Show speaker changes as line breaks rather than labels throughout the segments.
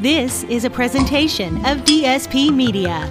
This is a presentation of DSP Media.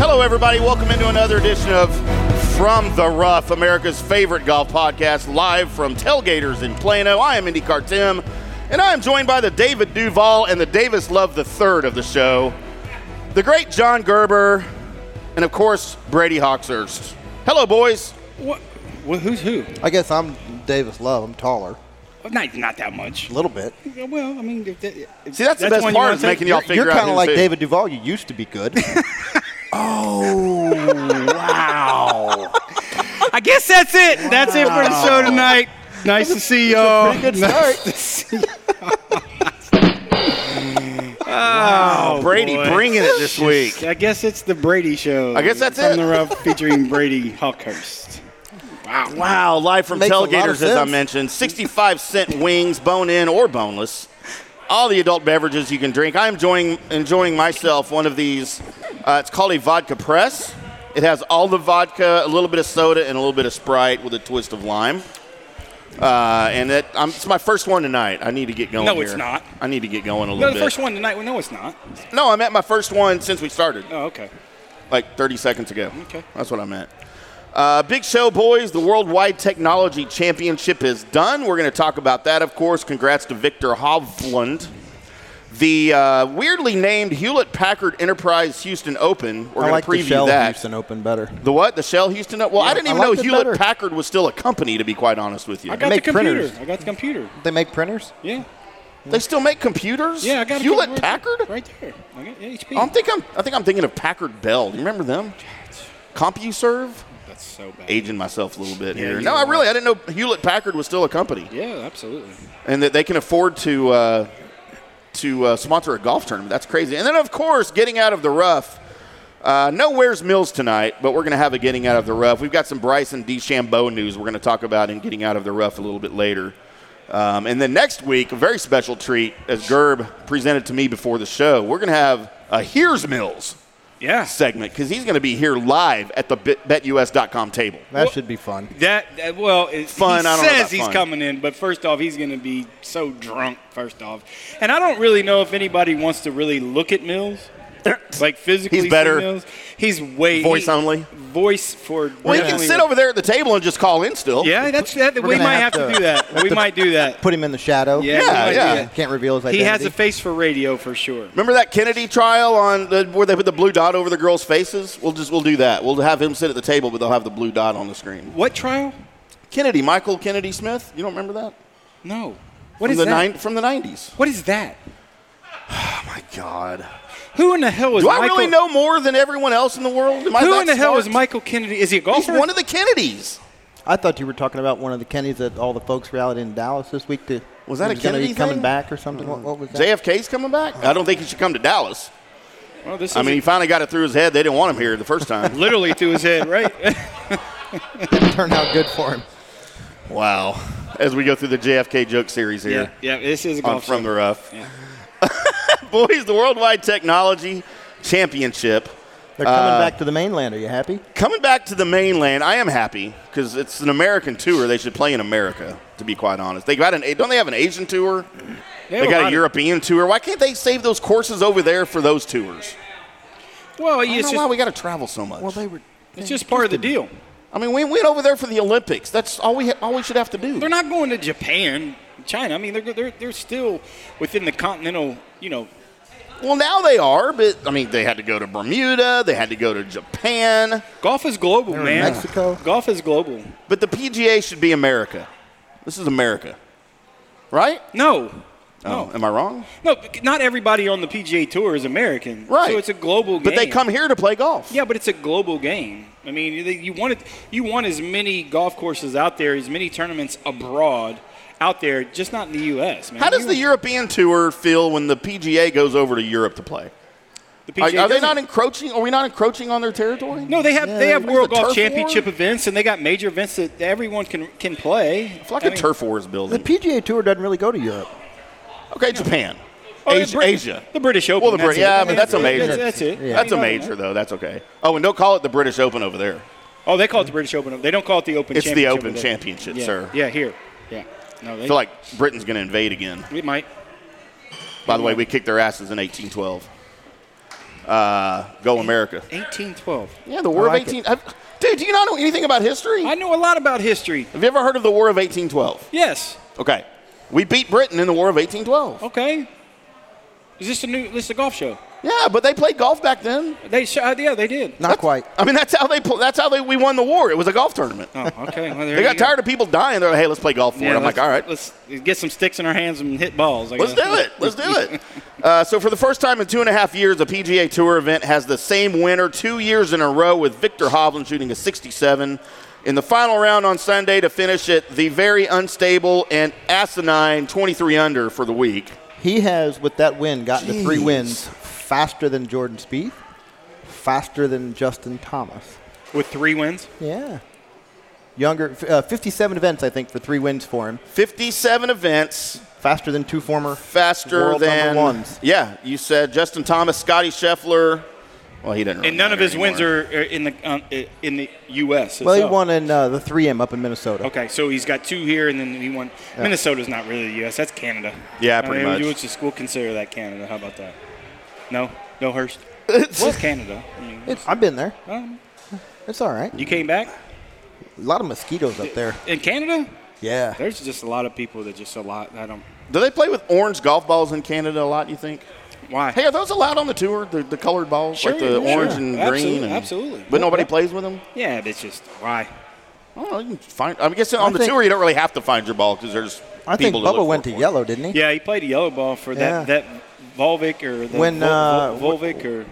Hello, everybody. Welcome into another edition of From the Rough, America's favorite golf podcast, live from Tailgaters in Plano. I am IndyCar Tim, and I am joined by the David Duval and the Davis Love the Third of the show, the great John Gerber, and of course Brady Hawkshurst. Hello, boys.
What? Well, who's who?
I guess I'm Davis Love. I'm taller,
Not not that much.
a little bit.
Well, I mean, if that, if
See, that's, the best
one you
part
wanna
is
take-
making y'all
you're
figure out.
kind of
who's
like
who.
David Duval. You used to be good.
Oh, Wow.
I guess that's it. That's it for the show tonight. Nice to see y'all.
Pretty good start.
Oh,
Brady
boy.
bringing it this week.
I guess it's the Brady show.
I guess that's
From
it.
the rough featuring Brady Hawkhurst.
Wow, live from
Makes a lot of
Tailgaters, as I
sense.
mentioned. 65 cent wings, bone in or boneless. All the adult beverages you can drink. I'm enjoying, enjoying myself one of these. Uh, it's called a vodka press. It has all the vodka, a little bit of soda, and a little bit of Sprite with a twist of lime. Uh, and it, i it's my first one tonight. I need to get going.
No, it's
here.
not.
I need to get going a little
No, the
bit.
first one tonight. Well, no, it's not.
No, I'm at my first one since we started
Oh, okay.
like 30 seconds ago.
Okay.
That's what I meant. Uh, big show, boys. The Worldwide Technology Championship is done. We're going to talk about that, of course. Congrats to Victor Hovland. The uh, weirdly named Hewlett Packard Enterprise Houston Open. We're
I
going
like
to preview
the Shell
that.
Houston Open better.
The what? The Shell Houston Open? Well, I
Yeah,
didn't
I
even know
liked it
Hewlett
better.
Packard was still a company, to be quite honest with you.
I got the
make
computer.
printers.
I got the computer.
They make printers.
Yeah.
they still make computers?
Yeah, I got a
Hewlett
computer right-
Packard?
Right there. I got HP.
I, don't think I'm, I think I'm thinking of Packard Bell. Do you remember them? CompuServe?
That's so bad.
aging myself a little bit
Yeah,
here.
you
No, I
are.
really I didn't know Hewlett Packard was still a company,
Yeah, absolutely.
and that they can afford to uh, to uh, sponsor a golf tournament. That's crazy. And then of course, getting out of the rough. Uh, no where's Mills tonight, but we're going to have a getting out of the rough. We've got some Bryson DeChambeau news we're going to talk about in getting out of the rough a little bit later. Um, and then next week, a very special treat, as Gerb presented to me before the show, we're going to have a Here's Mills
Yeah.
segment because he's going to be here live at the bet- betus.com table.
That should be fun.
That, that- well, it,
Fun,
He
I don't know
says
about
he's
fun.
coming in, but first off, he's going to be so drunk. First off, and I don't really know if anybody wants to really look at Mills, like physically.
He's
see
better.
Mills. He's way
Voice only?
Voice for.
Well, you can
definitely-
sit over there at the table and just call in still.
Yeah, that's that. We
gonna
might have
have
to,
to-
do that. We might do that.
Put him in the
Yeah,
shadow.
we
Yeah,
might do
yeah.
that.
Can't reveal his
He
identity.
has a face for radio for sure.
Remember that Kennedy trial on the, where they put the blue dot over the girls' faces? We'll just we'll do that. We'll have him sit at the table, but they'll have the blue dot on the screen.
What trial?
Kennedy, Michael Kennedy Smith. You don't remember that?
No. What
from
is
the
that?
nine- from the nineties?
What is that?
Oh my God!
Who in the hell is?
Do I
Michael,
really know more than everyone else in the world? Am I
Who
that
in the hell
smart?
is Michael Kennedy? Is he a golfer?
He's one of the Kennedys.
I thought you were talking about one of the Kennedys at all the folks were out in Dallas this week. To,
Was that a
he gonna
Kennedy
be coming
thing?
back or something? What, what was that?
JFK's coming back. I don't think he should come to Dallas.
Well, this
I mean, he
is
finally got it through his head. They didn't want him here the first time.
literally to his head, right?
Turned out good for him.
wow. As we go through the JFK joke series here.
Yeah, yeah, this is a
on
golf
From the
show.
Rough. Boys, the Worldwide Technology Championship.
They're coming
Uh,
back to the mainland. Are you happy?
Coming back to the mainland, I am happy because it's an American tour. They should play in America, to be quite honest. They got an don't they have an Asian tour? They,
have
got a
lot of-
European tour. Why can't they save those courses over there for those tours?
Well,
I don't
it's
know why
just,
we got to travel so much.
were.
it's just part of the deal.
I mean, we went over there for the Olympics. That's all we ha- all we should have to do.
They're not going to Japan, China. I mean, they're they're they're still within the continental, you know.
well, now they are, but I mean, they had to go to Bermuda. They had to go to Japan.
Golf is global,
in
man.
Mexico.
Golf is global.
But the PGA should be America. This is America, right? Oh,
No, No.
am I wrong?
No, not everybody on the PGA Tour is American.
Right.
So it's a global game.
But they come here to play golf.
Yeah, but it's a global game. I mean, you- you want it, you want as many golf courses out there, as many tournaments abroad out there, just not in the U.S. Man.
How does the European Tour feel when the PGA goes over to Europe to play?
the
Are,
PGA
are they
doesn't-
not encroaching? Are we not encroaching on their territory?
No, they have they have
what is
World
the
Golf
turf war?
Championship events, and they got major events that everyone can can play.
It's like
I
a
mean,
turf wars
The
building.
PGA Tour doesn't really go to Europe.
okay, Japan,
oh, the
Asia,
Brit-
Asia.
the British Open.
Well, the
that's
Brit-
it.
yeah,
I
but
mean,
that's a major.
That's, that's it.
That's
I
a
mean,
major though. That's okay. Oh, and don't call it the British Open over there.
Oh, they call it the British Open. They don't call it the Open.
It's the
Championship
Open
over there.
Championship,
yeah.
sir.
Yeah, here. Yeah. No, they
I feel like Britain's going to invade again.
we might.
By the way, we kicked their asses in 1812. Uh, go America.
1812.
Yeah, the War
like
of 18. I've- Dude, do you not know anything about history?
I know a lot about history.
Have you ever heard of the War of 1812?
Yes.
Okay. We beat Britain in the War of 1812.
Okay. Is this a new? This is a golf show?
Yeah, but they played golf back then.
They sh- uh, yeah, they did.
Not quite.
I mean, that's how they pl- that's how they we won the war. It was a golf tournament.
Oh, okay. Well, there
They
you
got
go.
tired of people dying. They're like, "Hey, let's play golf for
Yeah,
it." I'm like,
let's-
"All right,
Let's get some sticks in our hands and hit balls. I
Let's
guess.
do it. Let's do it. Uh, so, for the first time in two and a half years, a PGA Tour event has the same winner two years in a row, with Victor Hovland shooting a 67 in the final round on Sunday to finish at the very unstable and asinine 23 under for the week.
He has, with that win, gotten to three
Jeez.
wins faster than Jordan Spieth, faster than Justin Thomas.
With three wins.
Yeah. Younger, f- uh, 57 events, I think, for three wins for him.
57 events,
Faster than two former.
faster
World number
than
ones.
Yeah, you said Justin Thomas, Scotty Scheffler. Well, he didn't. really
And none of
matter
his wins
anymore.
are are in the um, i- in the U.S.
Well, he
itself.
won in uh, the 3M up in Minnesota.
Okay, so he's got two here, and then he won. Minnesota's not really the U.S. That's Canada.
Yeah, pretty
I mean,
much.
You would just we'll consider that Canada. How about that? No, no Hurst. It's Canada. I mean,
It's, I've been there.
um,
It's all right.
you came back
A lot of mosquitoes up there.
in Canada.
Yeah.
There's just a lot of people that just a lot. I don't.
Do they play with orange golf balls in Canada a lot? You think?
Why?
Hey, are those allowed on the tour? The, the colored balls,
Sure,
like the
yeah,
orange
sure.
and
Absolute-
green, and,
absolutely.
But nobody plays with them.
Yeah, it's just why.
I don't know. You can find. I guess on
I
the
think-
tour you don't really have to find your ball because there's.
I think
people
Bubba
look
went
for
to
it.
yellow, didn't he?
Yeah, he played yellow ball for that
Yeah.
that Volvic or the
When,
Vol-
uh,
Vol- Volvic or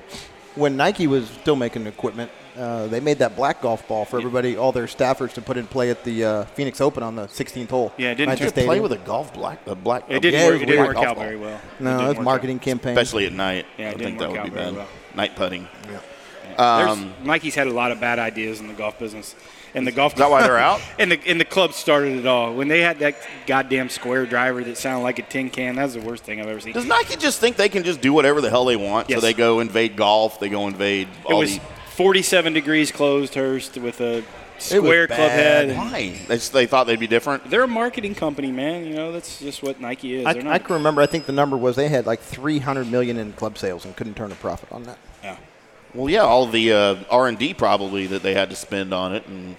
When Nike was still making equipment, uh, they made that black golf ball for everybody, all their staffers to put in play at the uh, Phoenix Open on the 16th hole.
Yeah, it didn't
Right at the
turn-
Play
stadium.
with a golf black. A black.
it didn't
yeah, it
work.
was
It didn't
weird.
work
Golf
out
ball.
very well. It didn't
No, it's
work
marketing campaign.
especially at night.
Yeah, it
I
didn't
think that
work
would
out
be
very
bad.
well.
Night putting. Is
out. There's-
Um,
Nike's had a lot of bad ideas in the golf business, and the golf.
that why they're out?
And the and the club started it all when they had that goddamn square driver that sounded like a tin can. That was the worst thing I've ever seen.
Does Nike just think they can just do whatever the hell they want? So
Yes.
they go invade golf. They go invade.
It
All
was
the,
47 degrees closed, Hurst, with a square club
bad.
head. and-
why? They, just, they thought they'd be different.
They're a marketing company, man. You know that's just what Nike is.
I,
They're
I
not.
can remember. I think the number was they had like 300 million in club sales and couldn't turn a profit on that.
yeah.
Well, yeah, all the uh, R and D probably that they had to spend on it and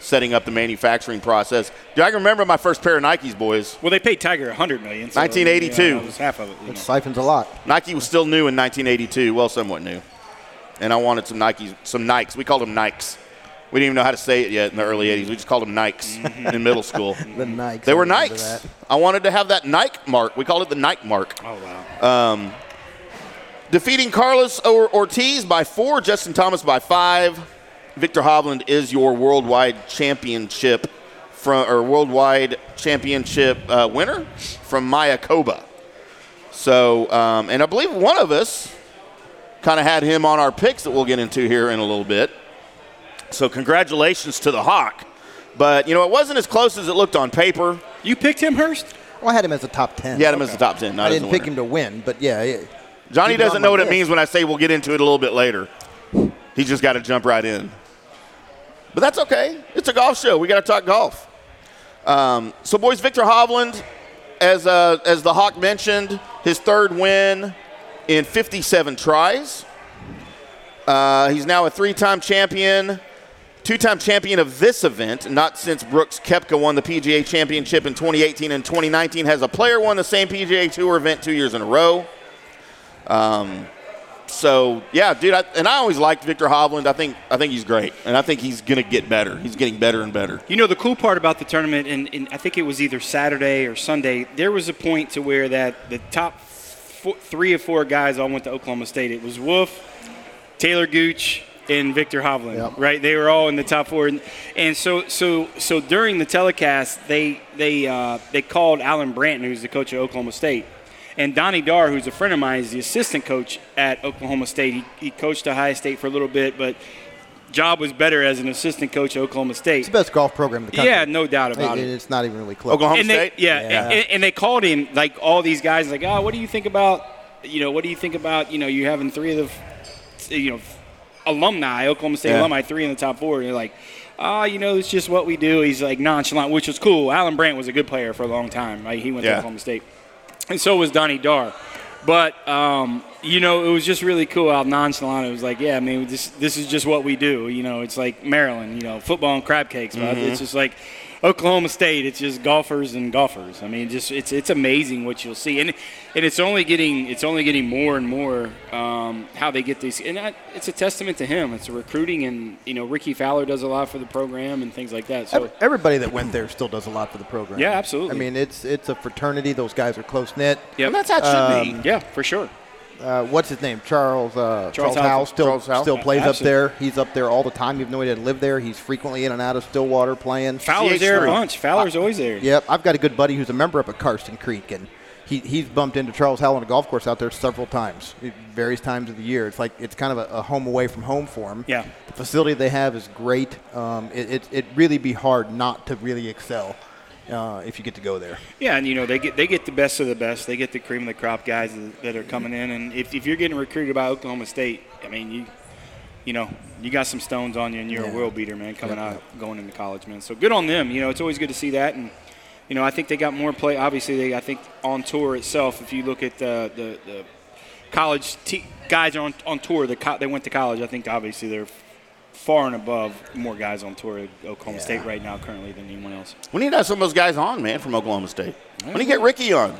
setting up the manufacturing process. Do I can remember my first pair of Nikes, boys?
Well, they paid Tiger 100 million. So,
1982.
you know, that was half of it. you
Which
know.
siphons a lot.
Nike was still new in 1982, well, somewhat new, and I wanted some Nikes, some Nikes. We called them Nikes. We didn't even know how to say it yet in the early 80s. We just called them Nikes in middle school.
The Nikes.
They
I
were
remember
Nikes.
that.
I wanted to have that Nike mark. We called it the Nike mark.
Oh wow.
Defeating Carlos O- Ortiz by four, Justin Thomas by five. Victor Hovland is your worldwide championship from or worldwide championship uh, winner from Mayakoba. So, um, and I believe one of us kind of had him on our picks that we'll get into here in a little bit. So, congratulations to the Hawk. But you know, it wasn't as close as it looked on paper.
You picked him, Hurst?
Well, I had him as a top 10.
He had him as the top ten. Not as
I didn't
the
pick
winner.
him to win, but yeah, yeah.
Johnny
Keep it on
doesn't know
my
what it
list.
means when I say we'll get into it a little bit later. He's just got to jump right in. But that's okay. It's a golf show. We got to talk golf. Um, so, boys, Victor Hovland, as, uh, as the Hawk mentioned, his third win in 57 tries. Uh, he's now a three time champion, two time champion of this event, not since Brooks Kepka won the PGA championship in 2018 and 2019. Has a player won the same PGA Tour event two years in a row. so yeah, dude, I, and I always liked Victor Hovland. I think I think he's great, and I think he's gonna get better. He's getting better and better.
You know, the cool part about the tournament, and, and I think it was either Saturday or Sunday, there was a point to where that the top four, three or four guys all went to Oklahoma State. It was Wolf, Taylor Gooch, and Victor Hovland,
Yep.
right? They were all in the top four, and, and so so so during the telecast, they they uh, they called Alan Branton, who's the coach of Oklahoma State, and Donnie Dar, who's a friend of mine, is the assistant coach at Oklahoma State. He, he coached Ohio State for a little bit, but job was better as an assistant coach at Oklahoma State.
It's the best golf program in the country.
Yeah, no doubt about
And
it.
it's not even really close.
Oklahoma
And they,
State.
yeah,
Yeah.
And, and they called him like all these guys like, oh, what do you think about, you know, what do you think about, you know, you having three of the, you know, alumni, Oklahoma State
Yeah.
alumni, three in the top four, and they're like, ah, you know, it's just what we do. He's like nonchalant, which was cool. Alan Brandt was a good player for a long time. Like, he went
Yeah.
to Oklahoma State, and so was Donnie Dar. But um, you know, it was just really cool how nonchalant it was. Like, yeah, I mean, this this is just what we do. You know, it's like Maryland. You know, football and crab cakes. But it's just like Oklahoma State. It's just golfers and golfers. I mean, just it's it's amazing what you'll see, and and it's only getting it's only getting more and more um, how they get these. And I, it's a testament to him. It's recruiting, and you know, Ricky Fowler does a lot for the program and things like that. So.
Ev- Everybody that went there still does a lot for the program.
Yeah, absolutely.
I mean, it's it's a fraternity. Those guys are close knit. Um,
Yep.
And
Um,
that's how it should be.
yeah, for sure.
Uh, what's his name? Charles uh,
Charles
Charles,
Howell.
Howell still
Charles Howell.
still plays
Absolutely.
up there. He's up there all the time, even though he didn't live there. He's frequently in and out of Stillwater playing.
Fowler's there
CH3.
a bunch.
Uh,
Fowler's always there.
Yep, I've got a good buddy who's a member up at Karsten Creek, and he, he's bumped into Charles Howell on a golf course out there several times, at various times of the year. It's like it's kind of a, a home away from home for him.
Yeah.
the facility they have is great. Um, it it it really be hard not to really excel uh, if you get to go there.
Yeah, and you know they get they get the best of the best. They get the cream of the crop guys that are coming in, and if, if you're getting recruited by Oklahoma State, I mean you, you know you got some stones on you, and you're a
Yeah.
world beater, man, coming out going into college, man. So good on them. You know it's always good to see that, and you know I think they got more play. Obviously, they I think on tour itself, if you look at the the, the college t- guys on on tour, the co- they went to college. I think obviously they're far and above more guys on tour at Oklahoma State right now currently than anyone else.
We need to have some of those guys on, man, from Oklahoma State. We need to get Ricky on.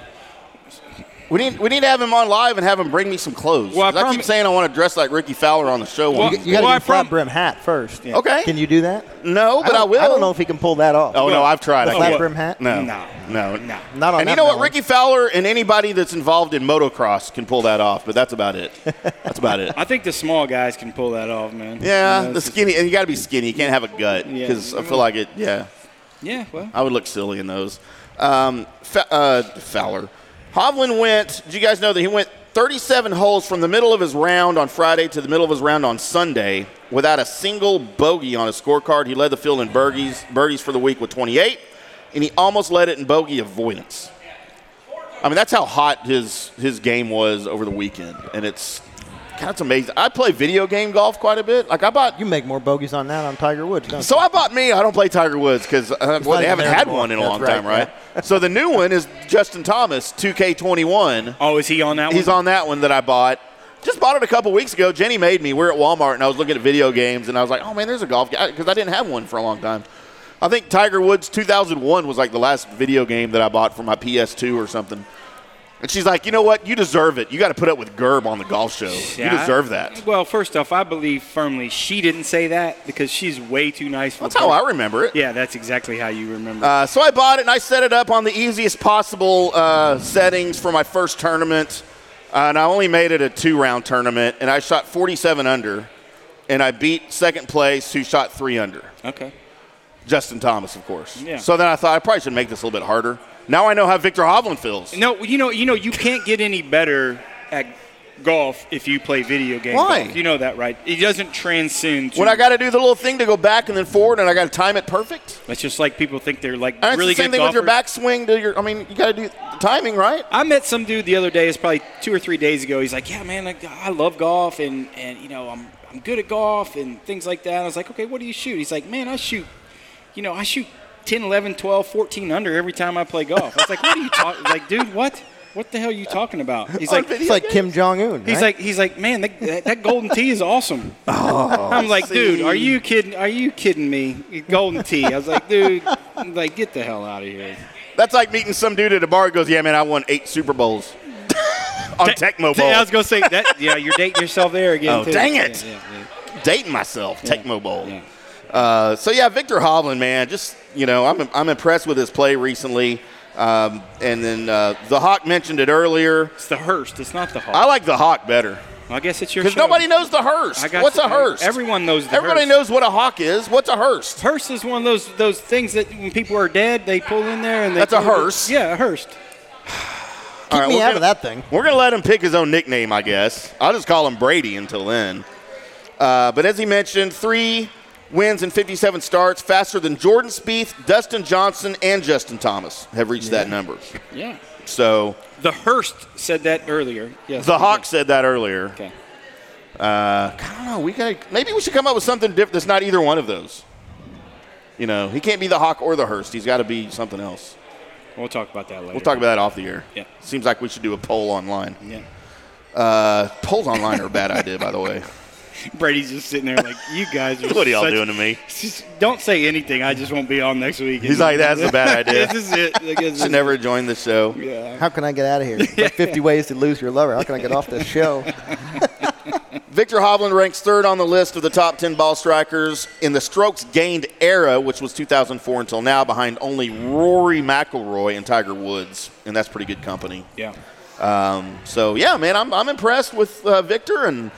We need, we need to have him on live and have him bring me some clothes.
Well, I
'Cause I, keep
promi-
saying I want to dress like Ricky Fowler on the show.
Well,
one
You,
day.
got to
Well, I
get a flat
prom-
brim hat first.
Okay.
Can you do that?
no, but I,
don't-
will.
I don't know if he can pull that off.
oh no,
Well,
I've tried.
the
I
flat
can't.
brim hat?
No,
No.
no,
No.
Not on
and
that
you know what?
melon.
Ricky Fowler and anybody that's involved in motocross can pull that off, but that's about it. That's about it.
I think the small guys can pull that off, man. You
Yeah,
know,
the
it's just-
skinny, and you got to be skinny. You can't have a gut
Yeah.
because I feel like it. Yeah,
Yeah, well,
I would look silly in those. Um, Fa- uh, Fowler, Hovland went. Did you guys know that he went 37 holes from the middle of his round on Friday to the middle of his round on Sunday without a single bogey on his scorecard? He led the field in birdies, birdies for the week with 28, and he almost led it in bogey avoidance. I mean, that's how hot his his game was over the weekend, and it's kind of amazing. I play video game golf quite a bit. Like I bought
You make more bogeys on that on Tiger Woods. Don't you?
so I bought me. I don't play Tiger Woods because uh, well,
not
they
even
haven't
there
had
anymore.
one in a
That's
long
right,
time, right? so the new one is Justin Thomas 2K21.
oh, is he on that
He's
one?
on that one that I bought. Just bought it a couple weeks ago. Jenny made me. We were are at Walmart and I was looking at video games and I was like, oh man, there's a golf guy because I didn't have one for a long time. I think Tiger Woods 2001 was like the last video game that I bought for my PS2 or something. And she's like, you know what? You deserve it. You got to put up with Gerb on the golf show.
Yeah,
you
I-
deserve that.
Well, first off, I believe firmly she didn't say that because she's way too nice. For
That's
the
how
girl.
I remember it.
Yeah, that's exactly how you remember.
Uh, so I bought it and I set it up on the easiest possible uh, settings for my first tournament. Uh, and I only made it a two round tournament and I shot 47 under. And I beat second place who shot three under.
okay.
Justin Thomas, of course.
Yeah.
So then I thought I probably should make this a little bit harder. Now I know how Victor Hovland feels.
No, you know, you know, you can't get any better at golf if you play video games.
Why?
You know that, right? It doesn't transcend. To,
When I got to do the little thing to go back and then forward and I got to time it perfect.
it's just like people think they're like
And it's
really
the same
good
thing with your
golfers.
backswing to your, I mean, you got to do the timing, right?
I met some dude the other day. It's probably two or three days ago. He's like, "Yeah, man, like, I love golf, and and you know, I'm I'm good at golf and things like that." I was like, "Okay, what do you shoot?" He's like, "Man, I shoot, you know, I shoot 10, 11, 12, 14 under every time I play golf." I was like, "What are you talking?" Like, dude, what? What the hell are you talking about? He's like,
it's like Kim Jong Un.
He's like, he's like, man, that, that, that golden tee is awesome. I'm like, dude, are you kidding? Are you kidding me? Golden tee. I was like, dude, I'm like, get the hell out of here.
That's like meeting some dude at a bar who goes, Yeah, man, I won eight Super Bowls. on Tecmo Bowl.
I was gonna say that. Yeah, you're dating yourself there again.
Oh,
too.
dang it.
Yeah, yeah, yeah.
dating myself, Tecmo Bowl.
yeah.
Uh, so yeah, Victor Hovland, man, just you know, I'm I'm impressed with his play recently. Um, and then uh, the Hawk mentioned it earlier.
It's the Hearst. It's not the Hawk.
I like the Hawk better
Well, I guess it's your
Oh. because
show.
nobody knows the Hearst.
I got
What's
you.
a Hearst?
Everyone knows the
Everybody
Hearst.
knows what a Hawk is. What's a Hearst?
Hearse is one of those those things that when people are dead, they pull in there and they.
That's a
do the-
hearse.
Yeah, a hearse.
Keep
right,
me
we're
out of
gonna-
that thing.
We're gonna let him pick his own nickname, I guess. I'll just call him Brady until then. Uh, but as he mentioned, three wins and 57 starts, faster than Jordan Spieth, Dustin Johnson, and Justin Thomas have reached that number.
Yeah.
So
The Hearst said that earlier. Yes.
the Hawk said that earlier.
Okay.
I don't know. We gotta maybe we should come up with something different that's not either one of those. You know, he can't be the Hawk or the Hearst. He's got to be something else.
We'll talk about that later.
We'll talk about that off the air.
Yeah.
Seems like we should do a poll online.
Yeah.
Uh, polls online are a bad idea, by the way.
Brady's just sitting there like, you guys are.
What are y'all
such-
doing to me?
Just don't say anything. I just won't be on next week.
He's like, that's a bad
this
idea.
is it. Like, this is
Should never join the show.
How can I get out of here? Like 50 ways to lose your lover. How can I get off this show?
Victor Hovland ranks third on the list of the top 10 ball strikers in the strokes gained era, which was 2004 until now, behind only Rory McIlroy and Tiger Woods, and that's pretty good company.
Yeah.
Um, so yeah, man, I'm, I'm impressed with uh, Victor, and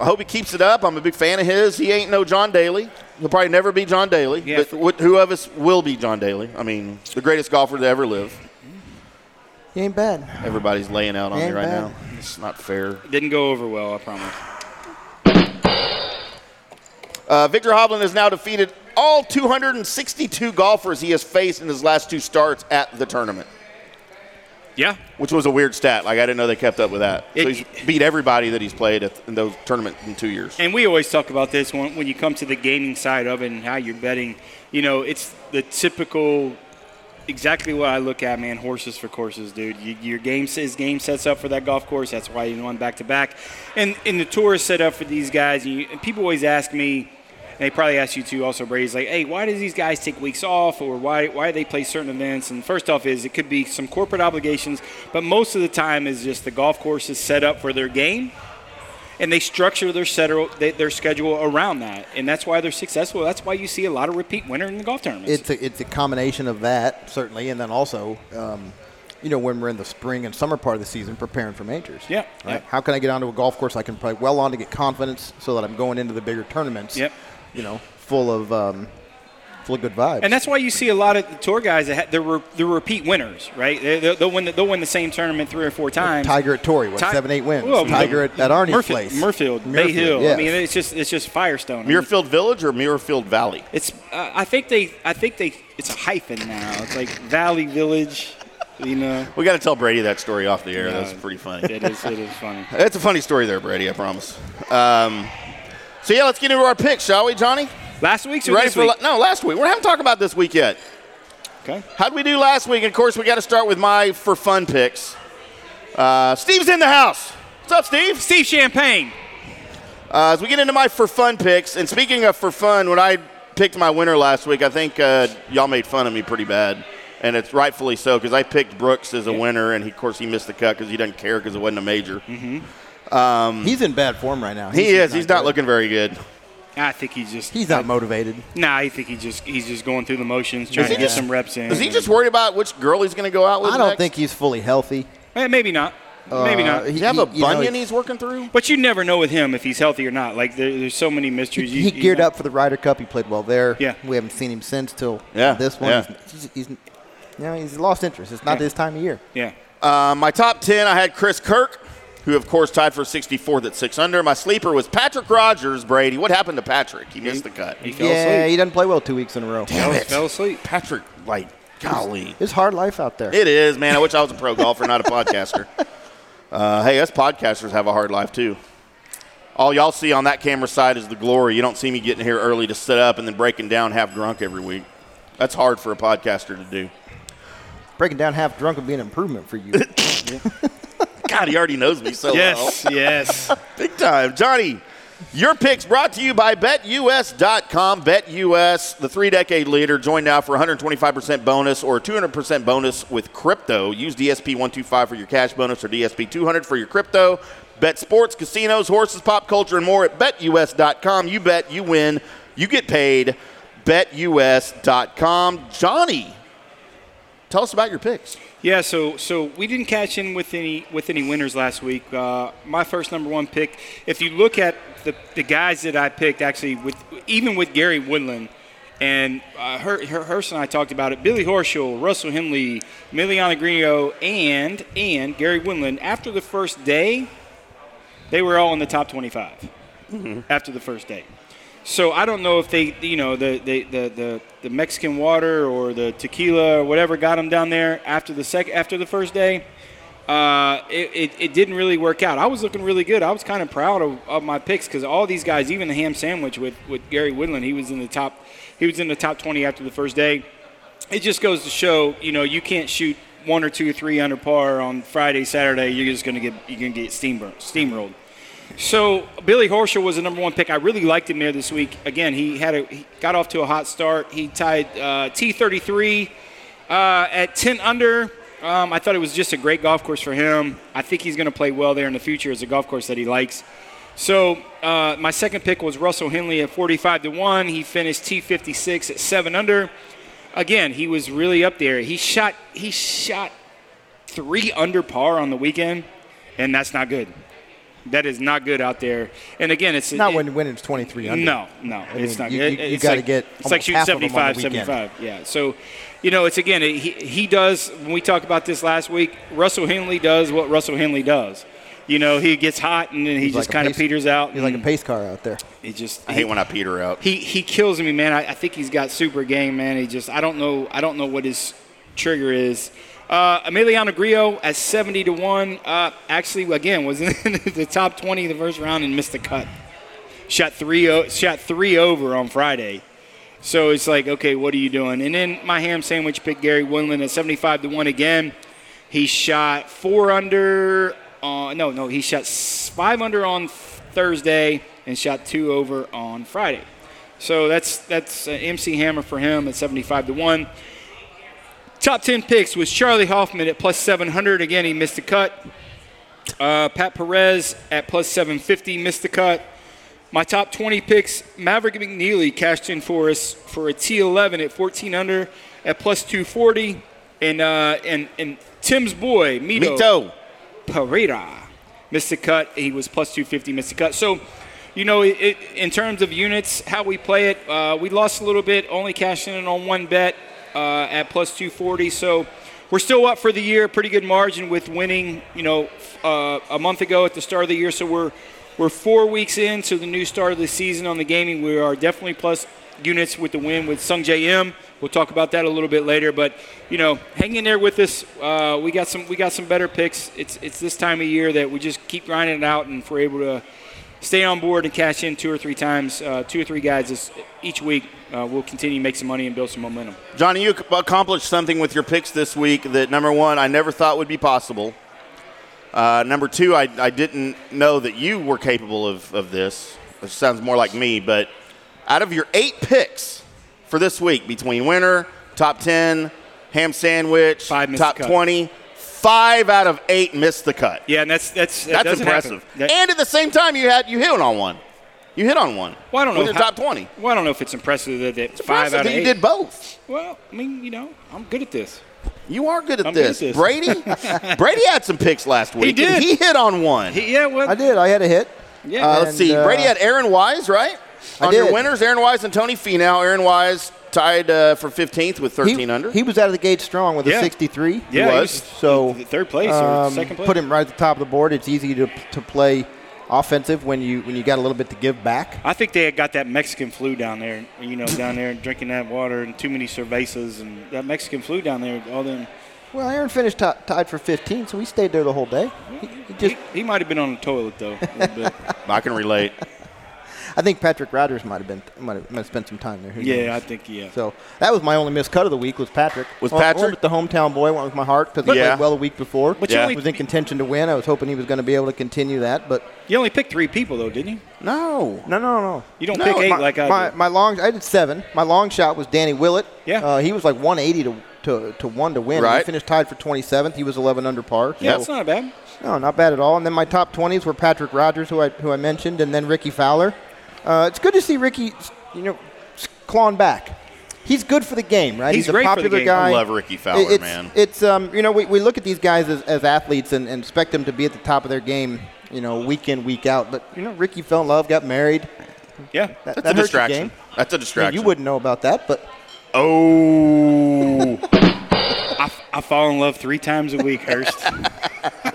I hope he keeps it up. I'm a big fan of his. He ain't no John Daly. He'll probably never be John Daly.
Yeah.
But wh- who of us will be John Daly? I mean, the greatest golfer to ever live.
You ain't bad.
Everybody's laying out on me
Ain't
right
bad.
now. It's not fair.
Didn't go over well. I promise.
Uh, Victor Hovland has now defeated all 262 golfers he has faced in his last two starts at the tournament,
Yeah.
which was a weird stat. Like I didn't know they kept up with that. so
It-
he's beat everybody that he's played at, in those tournament in two years.
And we always talk about this when, when you come to the gaming side of it and how you're betting. You know, it's the typical, exactly what I look at, man. Horses for courses, dude. You, your game is game sets up for that golf course. That's why you won back to back. And and the tour is set up for these guys. And, you, and people always ask me, and they probably ask you too, also Brady's like, hey, why do these guys take weeks off, or why why do they play certain events? And first off, is it could be some corporate obligations, but most of the time is just the golf course is set up for their game and they structure their schedule their schedule around that, and that's why they're successful. That's why you see a lot of repeat winners in the golf tournaments.
It's a, it's a combination of that, certainly, and then also, um, you know, when we're in the spring and summer part of the season preparing for majors.
Yeah,
Right?
yeah.
How can I get onto a golf course I can play well on to get confidence so that I'm going into the bigger tournaments,
Yep.
you know, full of, um, full of good vibes.
and that's why you see a lot of the tour guys that ha- they're, re- they're repeat winners, right? They, they'll, they'll win the, they'll win the same tournament three or four times.
Tiger at Torrey, what,
Ti-
seven, eight wins?
Well,
Tiger at, at Arnie's
Murfield,
place.
Murfield, Bay Hill.
yeah.
I mean, it's just it's just Firestone. I mean,
Muirfield Village or Muirfield Valley?
It's uh, I think they I think they it's a hyphen now. It's like Valley Village, you know.
We got to tell Brady that story off the air. That's
Yeah.
pretty funny.
It is it is funny.
That's a funny story there, Brady. I promise. Um, so yeah, let's get into our picks, shall we, Johnny?
Last week's or
You ready
this
for
week?
la- no last week? We haven't talked about this week yet.
okay.
How'd we do last week? Of course, we got to start with my for fun picks. Uh, Steve's in the house. What's up, Steve?
Steve Champagne.
Uh, as we get into my for fun picks, and speaking of for fun, when I picked my winner last week, I think uh, y'all made fun of me pretty bad, and it's rightfully so because I picked Brooks as a winner, and he, of course he missed the cut because he doesn't care because it wasn't a major.
He's in bad form right now.
He is. He's not
good.
looking very good.
I think he's just
He's not motivated.
Nah, I think he just he's just going through the motions, trying
he
to get
just-
some reps in.
Is he just worried about which girl he's going to go out with?
I don't
next?
think he's fully healthy.
Eh, maybe not. Maybe
Uh,
not.
he-
Does he have a
you know,
bunion
he-
he's working through?
but you never know with him if he's healthy or not. Like there, there's so many
He,
mysteries. you,
he
you
geared
know.
up for the Ryder Cup. He played well there.
Yeah.
We haven't seen him since till
Yeah,
this one.
yeah.
He's, he's, he's, you know, he's lost interest. It's not
Yeah.
this time of year.
Yeah.
Uh, my top 10, I had Chris Kirk, who, of course, tied for 64th at 6 under. My sleeper was Patrick Rogers, Brady. What happened to Patrick? He missed the cut.
He fell
Yeah, he
asleep.
doesn't play well two weeks in a row.
Damn
Fell-
it.
fell asleep.
Patrick, like, golly.
It's hard life out there.
It is, man. I wish I was a pro golfer, not a podcaster. Uh, hey, us podcasters have a hard life, too. All y'all see on that camera side is the glory. You don't see me getting here early to set up and then breaking down half drunk every week. That's hard for a podcaster to do.
Breaking down half drunk would be an improvement for you.
God, he already knows me so well.
Yes. yes.
Big time. Johnny, Your picks brought to you by BetUS.com. BetUS, the three decade leader. Join now for 125% bonus or 200% bonus with crypto. Use DSP125 for your cash bonus or DSP200 for your crypto. Bet sports, casinos, horses, pop culture, and more at BetUS.com. You bet, you win, you get paid. BetUS.com. Johnny, tell us about your picks.
Yeah, so so we didn't catch in with any with any winners last week. Uh, my first number one pick. If you look at the, the guys that I picked, actually, with even with Gary Woodland, and uh, her, her, Hurst and I talked about it. Billy Horschel, Russell Henley, Miliana Grino, and and Gary Woodland. After the first day, they were all in the top 25 after the first day. So I don't know if they, you know, the, the, the, the, the Mexican water or the tequila or whatever got them down there after the sec- after the first day. Uh, it, it, it didn't really work out. I was looking really good. I was kind of proud of, of my picks because all these guys, even the ham sandwich with, with Gary Woodland, he was in the top, he was in the top 20 after the first day. It just goes to show, you know, you can't shoot one or two, three under par on Friday, Saturday. You're just gonna get you're gonna get steamrolled. Steamrolled. So Billy Horschel was the number one pick. I really liked him there this week. Again, he had a he got off to a hot start. He tied uh, T33 uh, at 10 under. Um, I thought it was just a great golf course for him. I think he's going to play well there in the future. It's a golf course that he likes. So uh, my second pick was Russell Henley at 45 to one. He finished T56 at seven under. Again, he was really up there. He shot he shot three under par on the weekend, and that's not good. That is not good out there. And again, it's
Not
it-
when winning's 23 under.
no, no,
mean,
it's not.
you-
good.
you- you
it's
gotta
like,
get
It's like
almost
shooting
half of them on the
75,
weekend.
75. Yeah. So, you know, it's again, he, he does, when we talked about this last week, Russell Henley does what Russell Henley does. You know, he gets hot and then he
He's
just
like a
kind of
pace-
peters out.
He's like a
and
pace car out there.
He just,
I hate when I peter out.
he he kills me, man. I, I think he's got super game, man. He just I don't know I don't know what his trigger is. Uh, Emiliano Grillo at seventy to one. Uh, actually, again, was in the top twenty the first round and missed the cut. Shot three o- shot three over on Friday. So it's like, okay, what are you doing? And then my ham sandwich picked Gary Woodland at 75 to 1 again. He shot four under on, no, no, he shot s- five under on Thursday and shot two over on Friday. So that's that's an MC hammer for him at 75 to 1. Top 10 picks was Charlie Hoffman at plus 700. Again, he missed the cut. Uh, Pat Perez at plus 750 missed the cut. My top 20 picks, Maverick McNeely cashed in for us for a T11 at 14 under at plus 240. And, uh, and, and Tim's boy, Mito,
Mito.
Pereira missed the cut. He was plus 250, missed the cut. So, you know, it, it, in terms of units, how we play it, uh, we lost a little bit, only cashing in on one bet uh, at plus 240. So we're still up for the year, pretty good margin with winning, you know, f- uh, a month ago at the start of the year. So we're we're four weeks into the new start of the season on the gaming. We are definitely plus units with the win with Sung J M. We'll talk about that a little bit later, but you know, hang in there with us. Uh, we got some we got some better picks. It's it's this time of year that we just keep grinding it out, and if we're able to stay on board and cash in two or three times, uh, two or three guys this, each week, uh, we'll continue to make some money and build some momentum.
Johnny, you ac- accomplished something with your picks this week that number one, I never thought would be possible. Uh, number two, I, I didn't know that you were capable of, of this. It sounds more like me, but out of your eight picks for this week, between winner, top 10, ham sandwich,
Five missed
top
the cut.
20, five out of eight missed the cut.
Yeah, and that's that's
That's
that doesn't happen.
impressive.
That-
and at the same time, you had you hit on one. You hit on one.
well, I don't know
With your
how-
top 20.
Well, I don't know if it's impressive that, that five
Impressive
out of
that
eight.
you did both.
Well, I mean, you know, I'm good at this.
You are good at,
I'm good
this.
at this.
Brady. Brady had some picks last week.
did.
and He hit on one.
He- yeah, well,
I did. I had a hit.
Yeah.
Uh, let's
And,
see.
uh,
Brady had Aaron Wise, right?
I
on your
did.
winners, Aaron Wise and Tony Finau. Aaron Wise tied uh, for 15th with 13
he,
under.
He was out of the gate strong with
Yeah.
a 63.
yeah,
was.
So
th- third place or
um,
second place.
Put him right at the top of the board. It's easy to, to play offensive when you when you got a little bit to give back.
I think they had got that Mexican flu down there, you know, down there and drinking that water and too many cervezas and that Mexican flu down there. All them,
Well, Aaron finished ti- tied for 15, so he stayed there the whole day. He, he just
he, he might have been on the toilet though. A little bit.
I can relate.
I think Patrick Rogers might have been might have, might have spent some time there. Who
Yeah, I
knows?
think yeah.
So that was my only missed cut of the week was Patrick.
Was
Well, I
Patrick-
went with the hometown boy? Went with my heart because he
Yeah.
played well a week before.
But
you Yeah.
yeah.
only-
was in contention to win. I was hoping he was going to be able to continue that, but
You only picked three people though, didn't you?
No.
no, no, no.
You don't
No,
pick eight
my,
like I
my,
did.
my long I did seven. My long shot was Danny Willett.
Yeah.
uh, he was like 180 to. To, to one to win. He
Right.
finished tied for 27th. He was 11 under par.
yeah,
so-
that's not bad.
No, not bad at all. And then my top 20s were Patrick Rogers, who I, who I mentioned, and then Ricky Fowler. Uh, it's good to see Ricky, you know, clawing back. He's good for the game, right?
He's
a
great for the
popular
game.
guy.
I love Ricky Fowler,
It- it's,
man.
It's um, you know, we, we look at these guys as, as athletes and, and expect them to be at the top of their game, you know, week in, week out. But you know, Ricky fell in love, got married.
Yeah.
That,
That's
that
a
hurts your
distraction.
game.
That's a
I mean,
distraction.
you wouldn't know about that, but
Oh.
I, I fall in love three times a week, Hurst.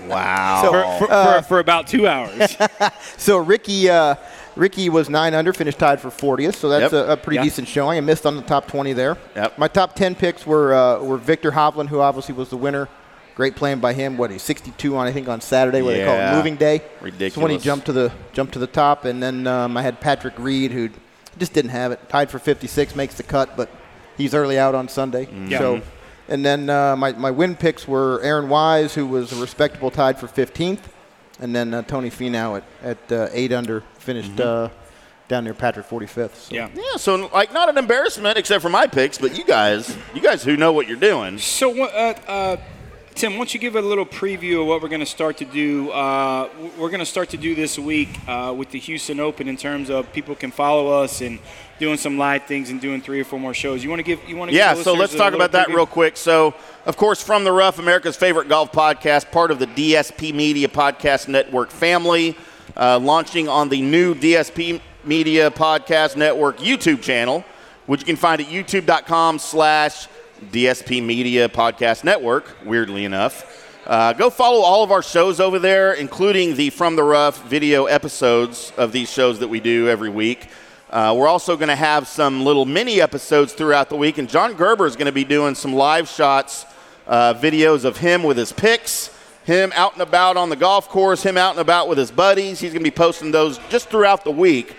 wow.
for, for,
Uh,
for about two hours.
So Ricky, uh, Ricky was nine under, finished tied for 40th. So that's
Yep.
a, a pretty
Yeah.
decent showing. I missed on the top 20 there.
Yep.
My top 10 picks were uh, were Victor Hovland, who obviously was the winner. Great playing by him. What he's 62 on I think on Saturday, what they call
Yeah.
it, moving day.
Ridiculous.
So when he jumped to the jumped to the top, and then um, I had Patrick Reed, who just didn't have it. Tied for 56, makes the cut, but he's early out on Sunday.
Mm.
Yeah.
So. And then uh, my, my win picks were Aaron Wise, who was a respectable tied for 15th, and then uh, Tony Finau at, at uh, 8 under finished
Mm-hmm.
uh, down near Patrick 45th. So.
Yeah.
yeah, so like not an embarrassment except for my picks, but you guys, you guys who know what you're doing.
So, what- uh, uh, Tim, why don't you give a little preview of what we're going to start to do? Uh, w- we're going to start to do this week uh, with the Houston Open in terms of people can follow us and doing some live things and doing three or four more shows. You want to give? You want to?
Yeah, so let's talk about that real quick. So, of course, from the rough, America's favorite golf podcast, part of the DSP Media Podcast Network family, uh, launching on the new DSP Media Podcast Network YouTube channel, which you can find at youtube.com/slash DSP Media Podcast Network. Weirdly enough. Uh, go follow all of our shows over there, including the From the Rough video episodes of these shows that we do every week. Uh, we're also going to have some little mini episodes throughout the week, and John Gerber is going to be doing some live shots, uh, videos of him with his picks, him out and about on the golf course, him out and about with his buddies. He's going to be posting those just throughout the week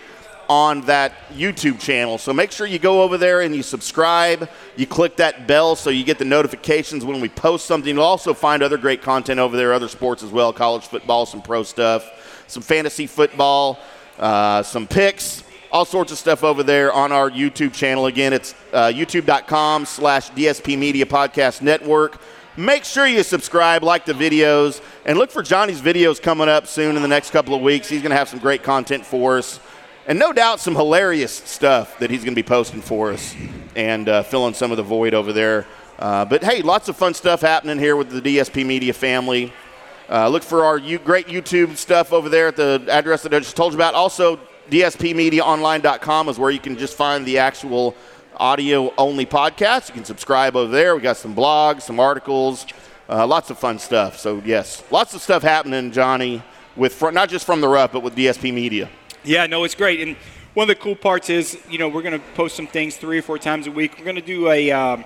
on that YouTube channel. So make sure you go over there and you subscribe. You click that bell so you get the notifications when we post something. You'll also find other great content over there, other sports as well college football, some pro stuff, some fantasy football, uh, some picks, all sorts of stuff over there on our YouTube channel. Again, it's uh, youtube.com slash DSP Media Podcast Network. Make sure you subscribe, like the videos, and look for Johnny's videos coming up soon in the next couple of weeks. He's going to have some great content for us and no doubt some hilarious stuff that he's going to be posting for us and uh, filling some of the void over there. Uh, but hey, lots of fun stuff happening here with the DSP Media family. Uh, look for our you great YouTube stuff over there at the address that I just told you about. Also, DSPMediaOnline.com is where you can just find the actual audio only podcast. You can subscribe over there. We got some blogs, some articles, uh, lots of fun stuff. So, yes, lots of stuff happening, Johnny, with fr- not just from the rough, but with DSP Media.
Yeah, no, it's great. And one of the cool parts is, you know, we're going to post some things three or four times a week. We're going to do a. Um,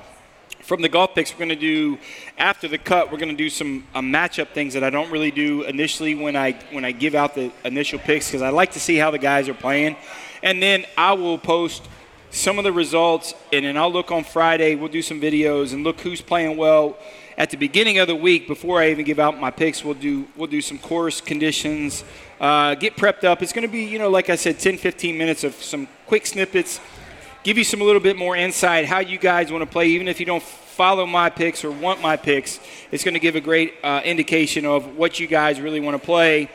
from the golf picks, we're going to do after the cut. We're going to do some uh, matchup things that I don't really do initially when I when I give out the initial picks because I like to see how the guys are playing, and then I will post some of the results, and then I'll look on Friday. We'll do some videos and look who's playing well. At the beginning of the week, before I even give out my picks, we'll do we'll do some course conditions, uh, get prepped up. It's going to be you know like I said, 10, 15 minutes of some quick snippets give you some a little bit more insight how you guys want to play even if you don't follow my picks or want my picks it's going to give a great uh, indication of what you guys really want to play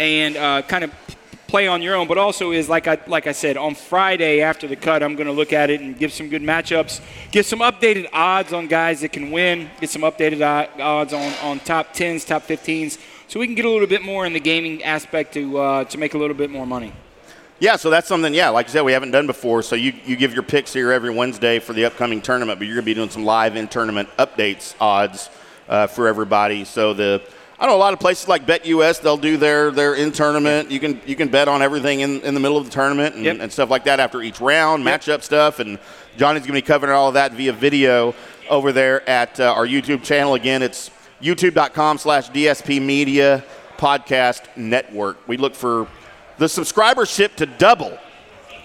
and uh, kind of p- play on your own but also is like I, like I said on Friday after the cut I'm going to look at it and give some good matchups give some updated odds on guys that can win get some updated o- odds on, on top 10s top 15s so we can get a little bit more in the gaming aspect to uh, to make a little bit more money
Yeah, so that's something, yeah, like you said, we haven't done before. So you, you give your picks here every Wednesday for the upcoming tournament, but you're going to be doing some live in tournament updates, odds uh, for everybody. So the. I know a lot of places like BetUS, they'll do their, their in tournament. You can you can bet on everything in, in the middle of the tournament and,
Yep.
and stuff like that after each round, matchup stuff. And Johnny's going to be covering all of that via video over there at uh, our YouTube channel. Again, it's youtube.com slash DSP Media Podcast Network. We look for the subscribership to double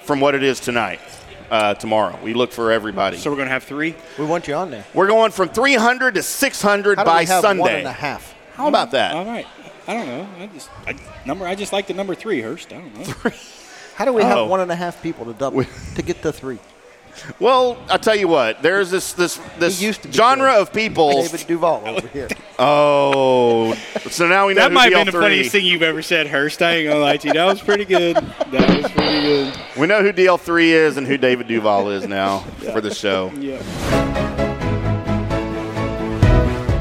from what it is tonight, uh, tomorrow. We look for everybody.
So we're gonna have three.
We want you on there.
we're going from 300 to 600
How do
by
we have
Sunday.
one and a half?
How about that?
All right. I don't know. I just I, number. I just like the number three, Hurst. I don't know.
How do we
Oh.
have one and a half people to double to get to three?
Well, I'll tell you what. There's this this this
He used to be
genre
good.
of people.
David Duval over here.
Oh, so now we know
That
who
might have
DL3.
been the funniest thing you've ever said, Hurst. I ain't gonna lie to you. That was pretty good. That was pretty good.
We know who DL3 is and who David Duval is now for the show.
Yeah.